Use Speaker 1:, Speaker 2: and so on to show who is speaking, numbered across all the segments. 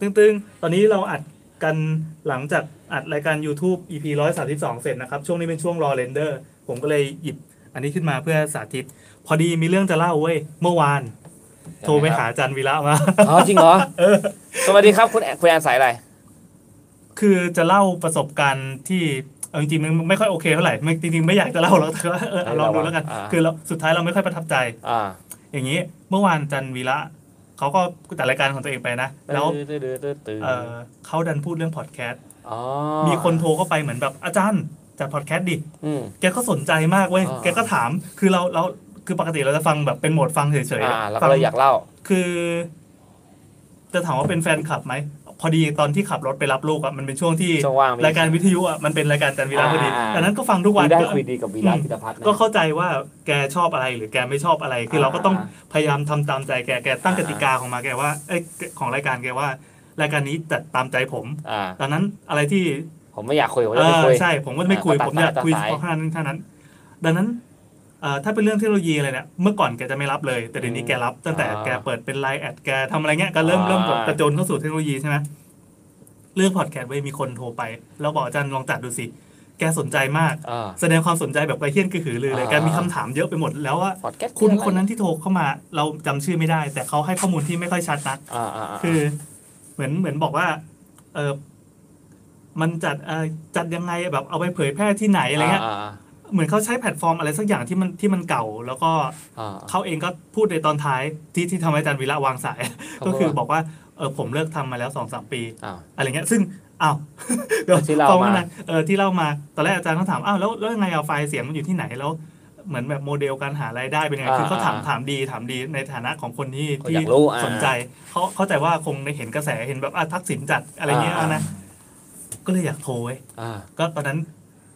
Speaker 1: ตึงๆ ตอนนี้เราอัดกันหลังจากอัดรายการ YouTube EP 132 เสร็จนะครับ ช่วงนี้เป็นช่วงรอเรนเดอร์ ผมก็เลยหยิบอันนี้ขึ้นมาเพื่อสาธิต พอดีมีเรื่องจะเล่าเว้ย เมื่อวาน โทรไปหาอาจันวีระมา
Speaker 2: อ๋อจริงเหรอสวัสดีครับคุณแอนคุณแอนสายอะไร
Speaker 1: คือจะเล่าประสบการณ์ที่เอาจริงๆมันไม่ค่อยโอเคเท่าไหร่ไม่จริงๆไม่อยากจะเล่าหรอกแต่ว่าเออเอาลองดูแล้วกัน
Speaker 2: อ่า
Speaker 1: คือเราสุดท้ายเราไม่ค่อยประทับใจ
Speaker 2: อ่า
Speaker 1: อย่างนี้เมื่อวานจันวีระเขาก็จัดรายการของตัวเองไปนะ แล้ว
Speaker 2: ตื้อตื้อตื้อตื้อ
Speaker 1: เออเขาดันพูดเรื่องพอดแคสต์
Speaker 2: อ๋อ
Speaker 1: มีคนโทรเข้าไปเหมือนแบบอาจารย์จัดพอดแคสต์ดิ
Speaker 2: อืม
Speaker 1: แกก็สนใจมากเว้ย
Speaker 2: อ่า
Speaker 1: แกก็ถามคือเราเราคือปกติเราจะฟังแบบเป็นโหมดฟังเฉย
Speaker 2: อ่าเรา
Speaker 1: ๆฟั
Speaker 2: ก็เลยอยากเล่า
Speaker 1: คือ จะถามว่าเป็นแฟนคลับไหมพอดีตอนที่ขับรถไปรับลูกอะมันเป็นช่วงที่
Speaker 2: ช่วงว่างมี
Speaker 1: รายการวิทยุอะมันเป็นรายการจันทร์วีระพอดี
Speaker 2: อ่า
Speaker 1: ดั
Speaker 2: อ่า
Speaker 1: งนั้นก็ฟังทุกวัน
Speaker 2: ได้คุยดีกับวีระ
Speaker 1: อืม
Speaker 2: พิตพัฒน์นะ
Speaker 1: ก็เข้าใจว่าแกชอบอะไรหรือแกไม่ชอบอะไร คือเราก็ต้อง
Speaker 2: อ่า
Speaker 1: พยายามทำตามใจแกแกตั้งก
Speaker 2: อ่า
Speaker 1: ติกาของมาแกว่าเอ้ยของรายการแกว่ารายการนี้จัดตามใจผม
Speaker 2: อ่า
Speaker 1: ดังนั้นอะไรที่
Speaker 2: ผมไม่อยากคุยผม
Speaker 1: เอ
Speaker 2: จะไม่คุย
Speaker 1: อใช่ผมก็ไม่คุย
Speaker 2: อ่า
Speaker 1: ผมอยาก
Speaker 2: ตัดสาย
Speaker 1: คุย
Speaker 2: ตั
Speaker 1: เฉ
Speaker 2: ดสาย
Speaker 1: พาะท่านั้นเท่านั้น ดังนั้นเอ่อถ้าเป็นเรื่องเทคโนโลยีอะไรเนี่ยเมื่อก่อนแกจะไม่รับเลย แต่เดี๋ยวนี้แกรับ ตั้งแต่แกเปิดเป็นไลน์แอดแกทำอะไรเงี้ยก็เริ่มเริ่มกดกระโจนเข้าสู่เทคโนโลยีใช่ไหมเรื่องพอดแคสต์เว้ยมีคนโทรไป แล้วบอกอาจารย์ลองจัดดูสิ แกสนใจมาก
Speaker 2: อ่า
Speaker 1: แสดงความสนใจแบบไระเทียนกระหือรือเลย
Speaker 2: อ่า
Speaker 1: แกมีคำถามเยอะไปหมดแล้วว่า
Speaker 2: พอดแคสต์
Speaker 1: คุณ
Speaker 2: ออะไร
Speaker 1: คนนั้นที่โทรเข้ามาเราจำชื่อไม่ได้ แต่เขาให้ข้อมูลที่ไม่ค่อยชัดนัก
Speaker 2: อ่าอ่าา
Speaker 1: คือเหมือนเหมือนบอกว่า เออมันจัดเออจัดยังไงแบบเอาไปเผยแพร่ที่ไหนอะไรเงี้ย
Speaker 2: าา
Speaker 1: เหมือนเขาใช้แพลตฟอร์มอะไรสักอย่างที่มันที่มันเก่า แล้วก็
Speaker 2: อ่า
Speaker 1: เขาเองก็พูดในตอนท้ายที่ที่ทำให้อาจารย์วีระวางสาย ก็คือบอกว่าเออผมเลิกทำมาแล้วสองสามปี
Speaker 2: อ้าว
Speaker 1: อะไรเงี้ยซึ่งอ้าว เดี๋ยว
Speaker 2: ที่เล่า
Speaker 1: ฟังไม่
Speaker 2: มาน
Speaker 1: นเออที่เล่ามาตอนแรกอาจารย์เขาถามอ้าวแล้วแล้วยังไงเอาไฟล์เสียงมันอยู่ที่ไหนแล้ว เหมือนแบบโมเดลการหารายได้เป็นยังไง
Speaker 2: อ่า
Speaker 1: คือเขาถาม
Speaker 2: อ่า
Speaker 1: ถามดีถามดีในฐานะของคนที่
Speaker 2: เขา
Speaker 1: ที่
Speaker 2: อยากรู้อ่า
Speaker 1: สนใจเขาเข้าใจว่าคงได้เห็นกระแสเห็นแบบอ่ะทักษิณจัดอะไรเงี้ยนะ ก็เลยอยากโทรเว้ย
Speaker 2: อ่า
Speaker 1: ก็ตอนนั้น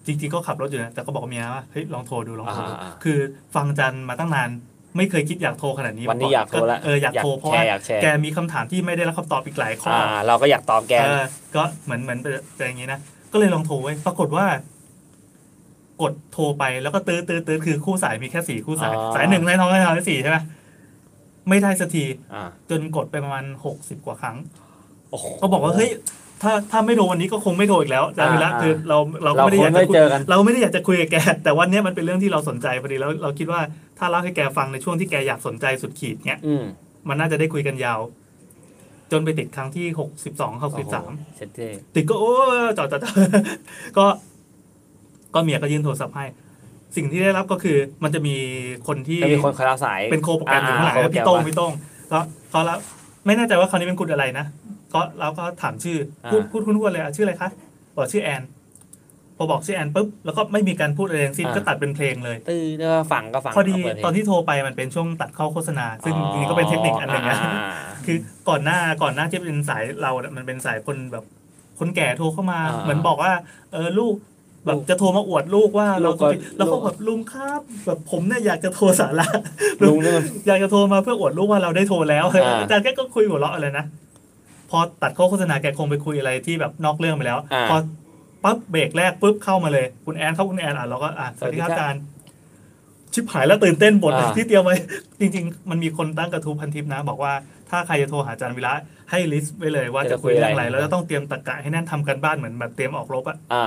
Speaker 1: จริงๆก็ขับรถอยู่นะแต่ก็บอกเมียว่าเฮ้ยลองโทรดูลองโทรดู
Speaker 2: อ่าอ่า
Speaker 1: คือฟังอาจันมาตั้งนานไม่เคยคิดอยากโทรขนาดนี้
Speaker 2: วันนี้อยากโทรละ
Speaker 1: เอออยากโทรเพราะ
Speaker 2: แช
Speaker 1: ว่า
Speaker 2: ร์อยากแชร์
Speaker 1: แกมีคำถามที่ไม่ได้รับคำตอบอีกหลายข้อ
Speaker 2: อ่า
Speaker 1: อ
Speaker 2: เราก็อยากตอบแก
Speaker 1: เออก็เหมือนเหมือนเป็นอย่างนี้นะ ก็เลยลองโทรไว้ ปรากฏว่า กดโทรไปแล้วก็ตื้อตื้อตื้อคือคู่สายมีแค่สี่คู่สาย
Speaker 2: อ๋อ
Speaker 1: สายหนึ่งสายสองสายสามสายสี่ใช่ไหมไม่ได้สักที
Speaker 2: อ่า
Speaker 1: จนกดไปประมาณหกสิบกว่าครั้ง
Speaker 2: โอ้โห
Speaker 1: ก็บอกว่า เฮ้ย ถ้าถ้าไม่โทรวันนี้ก็คงไม่โทรอีกแล้วอาจารย์วิระ
Speaker 2: อ่า
Speaker 1: คือเราเราก็
Speaker 2: เรา
Speaker 1: ไม่ได้
Speaker 2: ค
Speaker 1: อยาง ก
Speaker 2: ไม่
Speaker 1: จะคุย
Speaker 2: เจอกัน
Speaker 1: เราไม่ได้อยากจะคุยกับแก แต่วันเนี้ยมันเป็นเรื่องที่เราสนใจพอดีแล้วเราคิดว่าถ้าเล่าให้แกฟังในช่วงที่แกอยากสนใจสุดขีดเนี้ย
Speaker 2: อืม
Speaker 1: มันน่าจะได้คุยกันยาว จนไปติดครั้งที่หกสิบสองหกสิบสาม
Speaker 2: เซ็ตเท่
Speaker 1: ติดก็โอ้จอดจอดจอด ก็ก็เมียก็ยื่นโทรศัพท์ให้ สิ่งที่ได้รับก็คือมันจะมีคนที่
Speaker 2: จะมีคนคาราสาย
Speaker 1: เป็นโคโปรแกรมอยู่ข้างหลัง
Speaker 2: อ่า
Speaker 1: นะ
Speaker 2: โค
Speaker 1: พี่
Speaker 2: โปรแกรม
Speaker 1: โต้ง
Speaker 2: มา
Speaker 1: พี่โต้งแล้วเขาแล้วไม่แน่ใจว่าคราวนี้เป็นคุณอะไรนะก็เราก็ถามชื่ออา พูดพูดคุ้นๆเลยอ่ะชื่ออะไรคะบอกชื่อแอนพอบอกชื่อแอนปุ๊บแล้วก็ไม่มีการพูดอะไรทั้งสิ้นก็ตัดเป็นเพลงเลย
Speaker 2: ตื้อแล้วก็ฝังก็ฝัง
Speaker 1: พอดี
Speaker 2: เาเปิเพลง
Speaker 1: ตอนที่โทรไปมันเป็นช่วงตัดเข้าโฆษณา ซึ่งจริงๆก็เป็นเทคนิคอันหนึ่งนะ
Speaker 2: า
Speaker 1: คือก่อนหน้าก่อนหน้าที่เป็นสายเราเนี่ยมันเป็นสายคนแบบคนแก่โทรเข้ามา
Speaker 2: อ่า
Speaker 1: เหมือนบอกว่า เออลูกแบบจะโทรมาอวดลูกว่า
Speaker 2: ลู
Speaker 1: เรา
Speaker 2: ก
Speaker 1: ก็
Speaker 2: ก็
Speaker 1: ไปแล้ว
Speaker 2: ลู
Speaker 1: ก็
Speaker 2: ก
Speaker 1: แบบลุงครับแบบผมเนี่ยอยากจะโทรสาระ
Speaker 2: ลุงนี่มัน
Speaker 1: อยากจะโทรมาเพื่ออวดลูกว่าเราได้โทรแล้ว
Speaker 2: อ่า
Speaker 1: อาจารย์แกก็คุยหัวเราะอะไรนะพอตัดเข้าโฆษณาแกคงไปคุยอะไรที่แบบนอกเรื่องไปแล้ว
Speaker 2: อ่า
Speaker 1: พอปั๊บเบรกแรกปุ๊บเข้ามาเลย คุณแอนเข้าคุณแอนอ่ะเราก็อ่ะสวัสดีครับ
Speaker 2: สวัสดีครับ
Speaker 1: อาจารย์ชิบหายแล้วตื่นเต้นบท
Speaker 2: อ่า
Speaker 1: ที่เตรียมไว้ จริงๆ มันมีคนตั้งกระทู้พันทิปนะ บอกว่าถ้าใครจะโทรหาอาจารย์วิระให้ลิสต์ไว้เลยว่าจะคุยเรื่องอะไรแล้วจะต้องเตรียมตะกะให้แน่นทำกันบ้านเหมือนแบบเตรียมออกรบอะ
Speaker 2: อ่า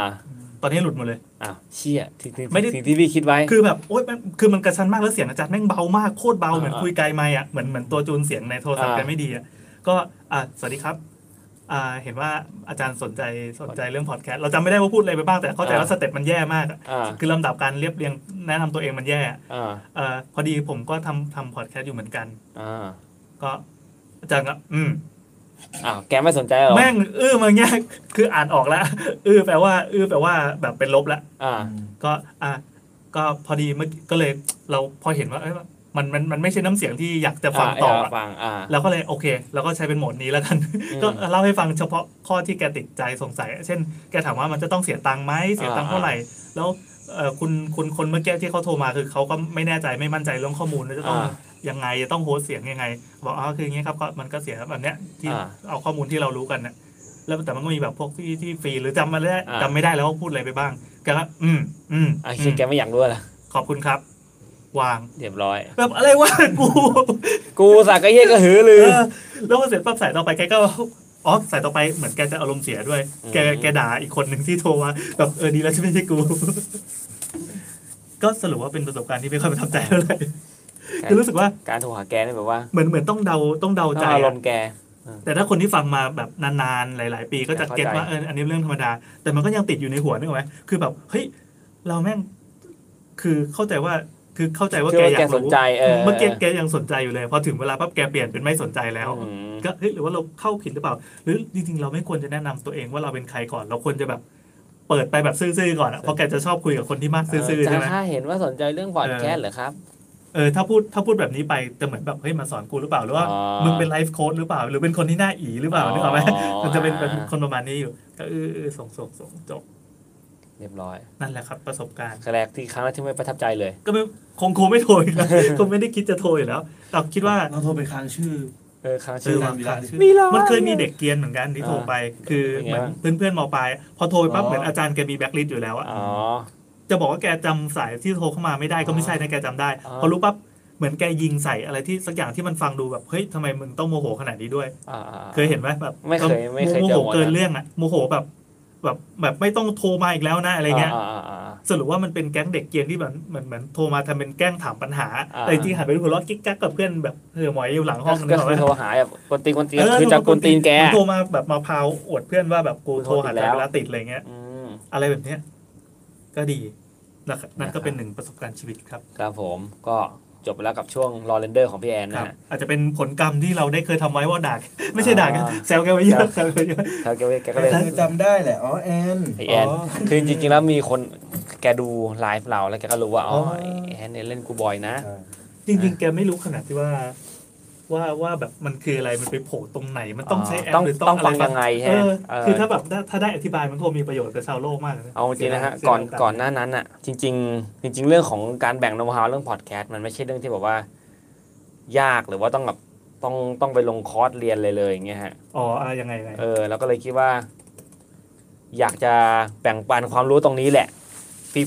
Speaker 1: ตอนนี้หลุดหมดเลย
Speaker 2: อ้าวเชี่ยที่ที่
Speaker 1: ไม่ได้
Speaker 2: สิ่งที่พี่คิดไว้
Speaker 1: คือแบบโอ๊ยมันคือมันกระชั้นมากแล้วเสียงอาจารย์แม่งเบามากโคตรเบา
Speaker 2: อ่า
Speaker 1: เหมือนคุยไกลไม่อะเหมือนเหมือนตัวจูนเสียงในโทรศัพท์
Speaker 2: อ่า
Speaker 1: กันไม่ดีอะก็อ่ะสวัสดีครับอ่าเห็นว่าอาจารย์สนใจสนใจเรื่องพอดแคสต์เราจำไม่ได้ว่าพูดอะไรไปบ้างแต่เข้าใจว่า
Speaker 2: อ่า
Speaker 1: สเต็ปมันแย่มากอะ
Speaker 2: อ่า
Speaker 1: คือลำดับการเรียบเรียงแนะนำตัวเองมันแย่อะ
Speaker 2: อ่า
Speaker 1: เอ่อพอดีผมก็ทำทำพอดแคสต์อยู่เหมือนกัน
Speaker 2: อ่า
Speaker 1: ก็อาจารย์ก็อืม
Speaker 2: อ้าวแกไม่สนใจเหรอ
Speaker 1: แม่งอื้อมาเงี้ย คืออ่านออกแล้วอื้อแปลว่า อื้อแปลว่าแบบเป็นลบแล้ว
Speaker 2: อ่า
Speaker 1: ก็อ่ะก็พอดีเมื่อกี้ก็เลยเราพอเห็นว่าเอ้ยมันมันมันไม่ใช่น้ำเสียงที่อยากจะฟังต่ออะ
Speaker 2: ฟังอ่า
Speaker 1: เราก็เลยโอเคเราก็ใช้เป็นโหมดนี้แล้วกัน
Speaker 2: อืม
Speaker 1: ก็เล่าให้ฟังเฉพาะข้อที่แกติดใจสงสัย เช่น แกถามว่ามันจะต้องเสียตังค์ไหมเสียตังค์
Speaker 2: อ่า
Speaker 1: เท่าไหร่ แล้วเอ่อคุณคุณคนเมื่อกี้ที่เขาโทรมาคือเขาก็ไม่แน่ใจไม่มั่นใจเรื่องข้อมูลว่าจะต้อง
Speaker 2: อ่า
Speaker 1: ยังไงจะต้องโฮสต์เสียงยังไง บอกอ๋อคืออย่างเงี้ยครับก็มันก็เสียแบบเนี้ยที่
Speaker 2: อ่า
Speaker 1: เอาข้อมูลที่เรารู้กันนะแล้วแต่มันก็มีแบบพวกที่ที่ฟรีหรือจำมาแล้ว
Speaker 2: อ่า
Speaker 1: จำไม่ได้แล้วว่าพูดอะไรไปบ้างแกก็อืมอืม
Speaker 2: อ่ะ
Speaker 1: อื
Speaker 2: เชี่ย
Speaker 1: ม
Speaker 2: แกไม่อยากรู้ละ
Speaker 1: ขอบคุณครับ วาง
Speaker 2: เรียบร้อย
Speaker 1: แบบอะไรวะกู
Speaker 2: กูสักก็เยี่ยก็หือลื
Speaker 1: เอ
Speaker 2: อ
Speaker 1: อแล้วพอเสร็จปั๊บสายต่อไปแกก็ อ๋อสายต่อไปเหมือนแกจะอารมณ์เสียด้วย แก
Speaker 2: อืม
Speaker 1: แกด่าอีกคนหนึ่งที่โทรมาแบบเออดีแล้วใช่ไม่ใช่กู ก็สรุปว่าเป็นประสบการณ์ที่ไม่ค่อยประทับใจเท่าไหร่คือรู้สึกว่า
Speaker 2: การโทรหาแกนี่แบบว่า
Speaker 1: เหมือนเหมือนต้องเดาต้องเดา
Speaker 2: ต้
Speaker 1: ใจ
Speaker 2: องอาร
Speaker 1: อะ
Speaker 2: มณ์แก
Speaker 1: แต่ถ้าคนที่ฟังมาแบบนานๆหลาย ๆ ปีก็จะเก็ตว่าเอออันนี้เรื่องธรรมดา แต่มันก็ยังติดอยู่ในหัวนึกออกไหมคือแบบเฮ้ยเราแม่ง คือเข้าใจว่าคือเข้าใจว่า
Speaker 2: คือ
Speaker 1: แก
Speaker 2: ว่า
Speaker 1: อยา
Speaker 2: แก
Speaker 1: ก
Speaker 2: สน
Speaker 1: รู้
Speaker 2: ใจเออ
Speaker 1: เมื่อกี้แกยังสนใจอยู่เลยพอถึงเวลาปั๊บแกเปลี่ยนเป็นไม่สนใจแล้ว
Speaker 2: อืม
Speaker 1: ก็เฮ้ยหรือว่าเราเข้าผิดหรือเปล่า หรือจริงๆเราไม่ควรจะแนะนำตัวเองว่าเราเป็นใครก่อน เราควรจะแบบเปิดไปแบบซื่อๆก่อนอะเพราะแกจะชอบคุยกับคนที่มากซื่อๆ
Speaker 2: เจ้า
Speaker 1: ใช่ไหม
Speaker 2: ข้าเห็นว่าสนใจเรื่องพอดแคส
Speaker 1: เออ
Speaker 2: ต์เหรอครับ
Speaker 1: เออถ้าพูดถ้าพูดแบบนี้ไปจะเหมือนแบบเฮ้ยมาสอนกูหรือเปล่าหรือว่า
Speaker 2: อ๋อ
Speaker 1: มึงเป็นไลฟ์โค้ดหรือเปล่า หรือเป็นคนที่หน้าอีหรือเปล่า
Speaker 2: อ๋อ
Speaker 1: นึกออกไหมมันจะเป็น
Speaker 2: อ่า
Speaker 1: เป็นคนประมาณนี้อยู่ก็เออเออส่งส่งส่งจบ
Speaker 2: เรียบร้อย
Speaker 1: นั่นแหละครับ ประสบการณ์
Speaker 2: ครั้งแรกที่ครั้งแรกที่ไม่ประทับใจเลย
Speaker 1: ก็ไม่คงคงไม่โทรอีกแล้ว คงไม่ได้คิดจะโทรอยู่แล้วแต่คิดว่า
Speaker 3: เราโทรไปค้างชื่อ
Speaker 2: เออครั้ง
Speaker 1: เอ
Speaker 2: ชื่อ
Speaker 1: อวางขาย
Speaker 3: มี
Speaker 1: มี
Speaker 3: เหรอ
Speaker 1: มันเคยมีเด็กเกรียนเหมือนกันที่โทรไป คือเหมือนเพื่อนเพื่อนๆมปลายพอโทรไปปั๊บ
Speaker 3: อ๋อ
Speaker 1: เหมือนอาจารย์แกมีแบ็คลิสต์อยู่แล้วอะ
Speaker 2: อ๋อ
Speaker 1: จะบอกว่าแกจำสายที่โทรเข้ามาไม่ได้ก็ไม่ใช่นะแกจำได้
Speaker 2: อ๋อ
Speaker 1: พอรู้ปั๊บเหมือนแกยิงใส่อะไรที่สักอย่างที่มันฟังดูแบบเฮ้ยทำไมมึงต้องโมโหขนาดนี้ด้วย
Speaker 2: อ่าอ่า
Speaker 1: เคยเห็นไหมแบบ
Speaker 2: ไม่เคยไม่เคย
Speaker 1: โม
Speaker 2: เจอ
Speaker 1: โห
Speaker 2: หมดนะ
Speaker 1: เกินเรื่องอะโมโหแบบแบบแบบไม่ต้องโทรมาอีกแล้วนะอะไรเงี้ย
Speaker 2: อ่าอ่าอ่า
Speaker 1: สรุปว่ามันเป็นแก๊งเด็กเกรียนที่แบบเหมือนเหมือนโทรมาทำเป็นแกล้งถามปัญหา
Speaker 2: อ่า
Speaker 1: แต่จริงๆหันไปดูหัวเรอดกิ๊กกักกับเพื่อนแบบเออหมอยอยู่หลังห้องนึก
Speaker 2: ก็
Speaker 1: ออกไห
Speaker 2: คื
Speaker 1: ม
Speaker 2: อโทรหาแบบกวนตีนกวนตีน
Speaker 1: เออ
Speaker 2: คือจะกวนตีนแก
Speaker 1: มัโทรมาแบบมาพาวอวดเพื่อนว่าแบบกู
Speaker 2: กู
Speaker 1: โท
Speaker 2: โท
Speaker 1: รหา
Speaker 2: รติดแล้ว
Speaker 1: เวลาติดอะไรเงี้ย
Speaker 2: อืม
Speaker 1: อะไรแบบเนี้ยก็ดีนะครับนั่นก็
Speaker 2: นะครับ
Speaker 1: เป็นหนึ่งประสบการณ์ชีวิตครับ
Speaker 2: ครับผมก็จบไปแล้วกับช่วงรอเรนเดอร์ของพี่แอน
Speaker 1: ค
Speaker 2: นะ
Speaker 1: รับ
Speaker 2: ฮะ
Speaker 1: อาจจะเป็นผลกรรมที่เราได้เคยทำไว้ว่าด่า ไม่ใช่ด่ากัน
Speaker 2: อ่า
Speaker 1: แซวแกไว้เยอะแซวแกไว้เยอะ
Speaker 2: แล้วแกแกก็เลย
Speaker 3: คือจำได้แหละ อ๋อ แอน
Speaker 2: ไอแอน
Speaker 1: อ๋อ
Speaker 2: คือจริงๆแล้วมีคนแกดูไลฟ์เราแล้วแกก็รู้ว่าอ๋ออ
Speaker 1: อ
Speaker 2: ไอ้แอนเนี่ยเล่นกูบอยนะ
Speaker 1: จริงๆแกไม่รู้ขนาดที่ว่า ว่าว่าแบบมันคืออะไรมันไปโผล่ตรงไหนมันต้องใช้แอป
Speaker 2: ต้อง
Speaker 1: หรือ
Speaker 2: ต้อง
Speaker 1: อะไรง
Speaker 2: ฟัยังไง
Speaker 1: เอ
Speaker 2: ใช่ไหม
Speaker 1: อ
Speaker 2: เออ
Speaker 1: คือถ้าแบบถ้าได้อธิบายมันคงมีประโยชน์กับชาวโลกมากลย
Speaker 2: เอาจริงๆนะฮะ
Speaker 1: เสียดาย
Speaker 2: ก่อน
Speaker 1: เสียดาย
Speaker 2: ก่อนหน้านั้นอ่ะ จริง ๆ จริง ๆ เรื่องของการแบ่งโน้ตฮาวเรื่องพอดแคสต์มันไม่ใช่เรื่องที่แบบว่า ยากหรือว่าต้องแบบต้องต้องไปลงคอร์สเรียนเลยเลยอย่างเงี้ยฮะ
Speaker 1: อ๋ออะไรยังไงยังไง
Speaker 2: เออเราก็เลยคิดว่า อยากจะแบ่งปันความรู้ตรงนี้แหละ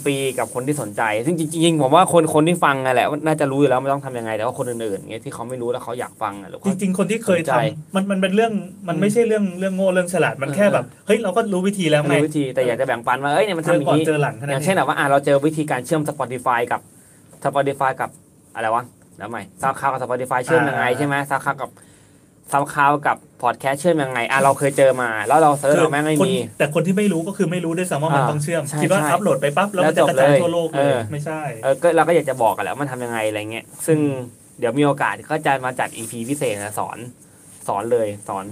Speaker 2: ฟรีๆกับคนที่สนใจ ซึ่งจริงๆผมว่าคนคนที่ฟังอะแหละว่าน่าจะรู้อยู่แล้วไม่ต้องทำยังไง แต่ว่าคนอื่นๆเงี้ยที่เขาไม่รู้แล้วเขาอยากฟังอะหรือ
Speaker 1: จ
Speaker 2: ว่า
Speaker 1: ริง ๆ คนที่เคย
Speaker 2: สนใจ
Speaker 1: ทำมันมันเป็นเรื่องมันไม่ใช่เรื่องเรื่องโง่เรื่องฉลาดมัน
Speaker 2: เออ
Speaker 1: แค่แบบเฮ้ยเราก็รู้วิธีแล้วไง
Speaker 2: รู้วิธีแต่อยากจะแบ่งปันว่าเอ้ยเนี่ยมัน
Speaker 1: เจ
Speaker 2: ทำ
Speaker 1: อ
Speaker 2: อย่า
Speaker 1: ก่อ
Speaker 2: ง
Speaker 1: น
Speaker 2: นี้
Speaker 1: เจอหลังเท่า
Speaker 2: อ
Speaker 1: นั้
Speaker 2: ย่าน ง
Speaker 1: เอ
Speaker 2: เช่น
Speaker 1: ง
Speaker 2: แบบว่าอ่ะเราเจอวิธีการเชื่อม Spotify กับ Spotify กับอะไรวะแล้วใหม่ซาวคาวกับ Spotify เชื่อมยังไงใช่ไหมซาวคาวกับซาวคาวกับพอดแคสต์เชื่อมยังไงอ่ะเราเคยเจอมา แล้วเราเซิร์ชเราแม่งไม่
Speaker 1: คน
Speaker 2: มี
Speaker 1: แต่คนที่ไม่รู้ก็คือไม่รู้ด้วยซ้ำว่ามัน
Speaker 2: อ่า
Speaker 1: ต้องเชื่อม
Speaker 2: ใช่
Speaker 1: คิดว่า
Speaker 2: ใช่
Speaker 1: อัพโหลดไปปั๊บแล้วมัน
Speaker 2: แล้
Speaker 1: จะ
Speaker 2: ว
Speaker 1: ก
Speaker 2: จ
Speaker 1: ระ
Speaker 2: บ
Speaker 1: จาย
Speaker 2: เลย
Speaker 1: ทั่วโลกเล
Speaker 2: เอย อ
Speaker 1: ไม่ใช่
Speaker 2: เออก็เราก็อยากจะบอกกันแหละว่ามันทำยังไงอะไรเงี้ย ซึ่งเดี๋ยวมีโอกาสก็จะมาจัดอีพีพิเศษนะสอน สอนเลยสอน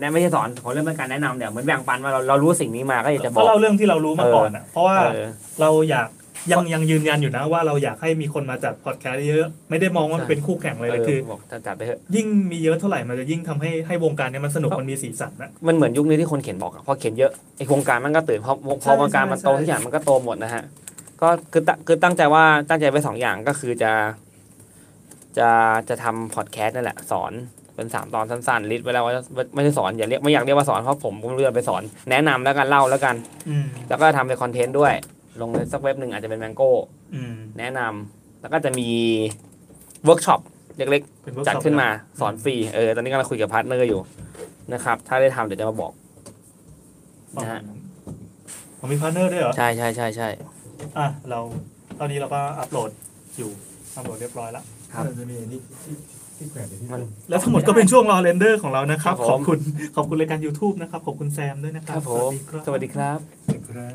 Speaker 2: แนะไม่ใช่สอนผมเริ่มเป็นการแนะนำเดี๋ยวเหมือนแบ่งปันว่าเราเรารู้สิ่งนี้มาก็อยากจะบ
Speaker 1: ก็
Speaker 2: อก
Speaker 1: เล่าเรื่องที่เรารู้มาก่อนอ่ะ เพราะว่า
Speaker 2: เออ
Speaker 1: เราอยากยังยังยืนยันอยู่นะว่าเราอยากให้มีคนมาจัดพอดแคสต์เยอะ ไม่ได้มองว่ามัน
Speaker 2: ใช่
Speaker 1: เป็นคู่แข่งเลยเลยคือ
Speaker 2: บอกจะจัดไปเถอะ
Speaker 1: ยิ่งมีเยอะเท่าไหร่มันจะยิ่งทำให้ให้วงการเนี้ยมันสนุกมันมีสีสันนะ
Speaker 2: มันเหมือนยุคนี้ที่คนเขียนบอกอะพอเขียนเยอะไอโครงการมันก็ตื่นพอพอพอ
Speaker 1: ใช่
Speaker 2: วงการ
Speaker 1: ใช่
Speaker 2: มันโต
Speaker 1: ใช่
Speaker 2: ทุกอย่างมันก็โตหมดนะฮะก็คือตั้งคือตั้งใจว่าตั้งใจไว้สองอย่างก็คือจะ จะจะทำพอดแคสต์นั่นแหละ สอนเป็นสามตอนสั้นๆลิสต์ไว้แล้วว่าไม่ใช่สอนอย่าเรียกไม่อยากเรียกว่าสอนเพราะผมก็ไม่รู้จะไปสอนแนะนำแล้วกันเล่าแล้วกัน
Speaker 1: อืม
Speaker 2: แล้วก็ทำเป็นคอนเทนต์ด้วย ลงในสักเว็บหนึ่งอาจจะเป็นแมงโก้
Speaker 1: อืม
Speaker 2: แนะนำแล้วก็จะมีเวิร์กช็อปเล็ก
Speaker 1: เป็น
Speaker 2: ๆ
Speaker 1: workshop
Speaker 2: จัดขึ้นมาสอนฟรี เออ ตอนนี้กำลังคุยกับพาร์ทเนอร์อยู่นะครับ ถ้าได้ทำเดี๋ยวจะมาบอก
Speaker 1: ประ
Speaker 2: นะ
Speaker 1: มา
Speaker 2: ฮะ
Speaker 1: ณนั้นผมมีพาร์ทเนอร์ด้วยเหรอ
Speaker 2: ใช่ใช่ใช่ใช่
Speaker 1: อ่ะเราตอนนี้เราก็อัพโหลดอยู่อัพโหลดเรียบร้อยแล้ว
Speaker 2: ครับ
Speaker 3: มันจะมีอันนี้ที่ที่แขวนอยู่ที่
Speaker 2: มัน
Speaker 3: ตู้
Speaker 1: และทั้งหมดก็เป็นช่วงรอเรนเดอร์ของเรานะครับ
Speaker 2: ครับ
Speaker 1: ข
Speaker 2: ผ
Speaker 1: อบ
Speaker 2: ม
Speaker 1: คุณ ขอบคุณรายการ YouTube นะครับ ขอบคุณแซมด้วยนะค
Speaker 2: ค
Speaker 1: รั
Speaker 2: รั
Speaker 1: บบ
Speaker 2: ผม
Speaker 1: สวัสดีครับ
Speaker 2: สวัสดีครับ
Speaker 3: ครับ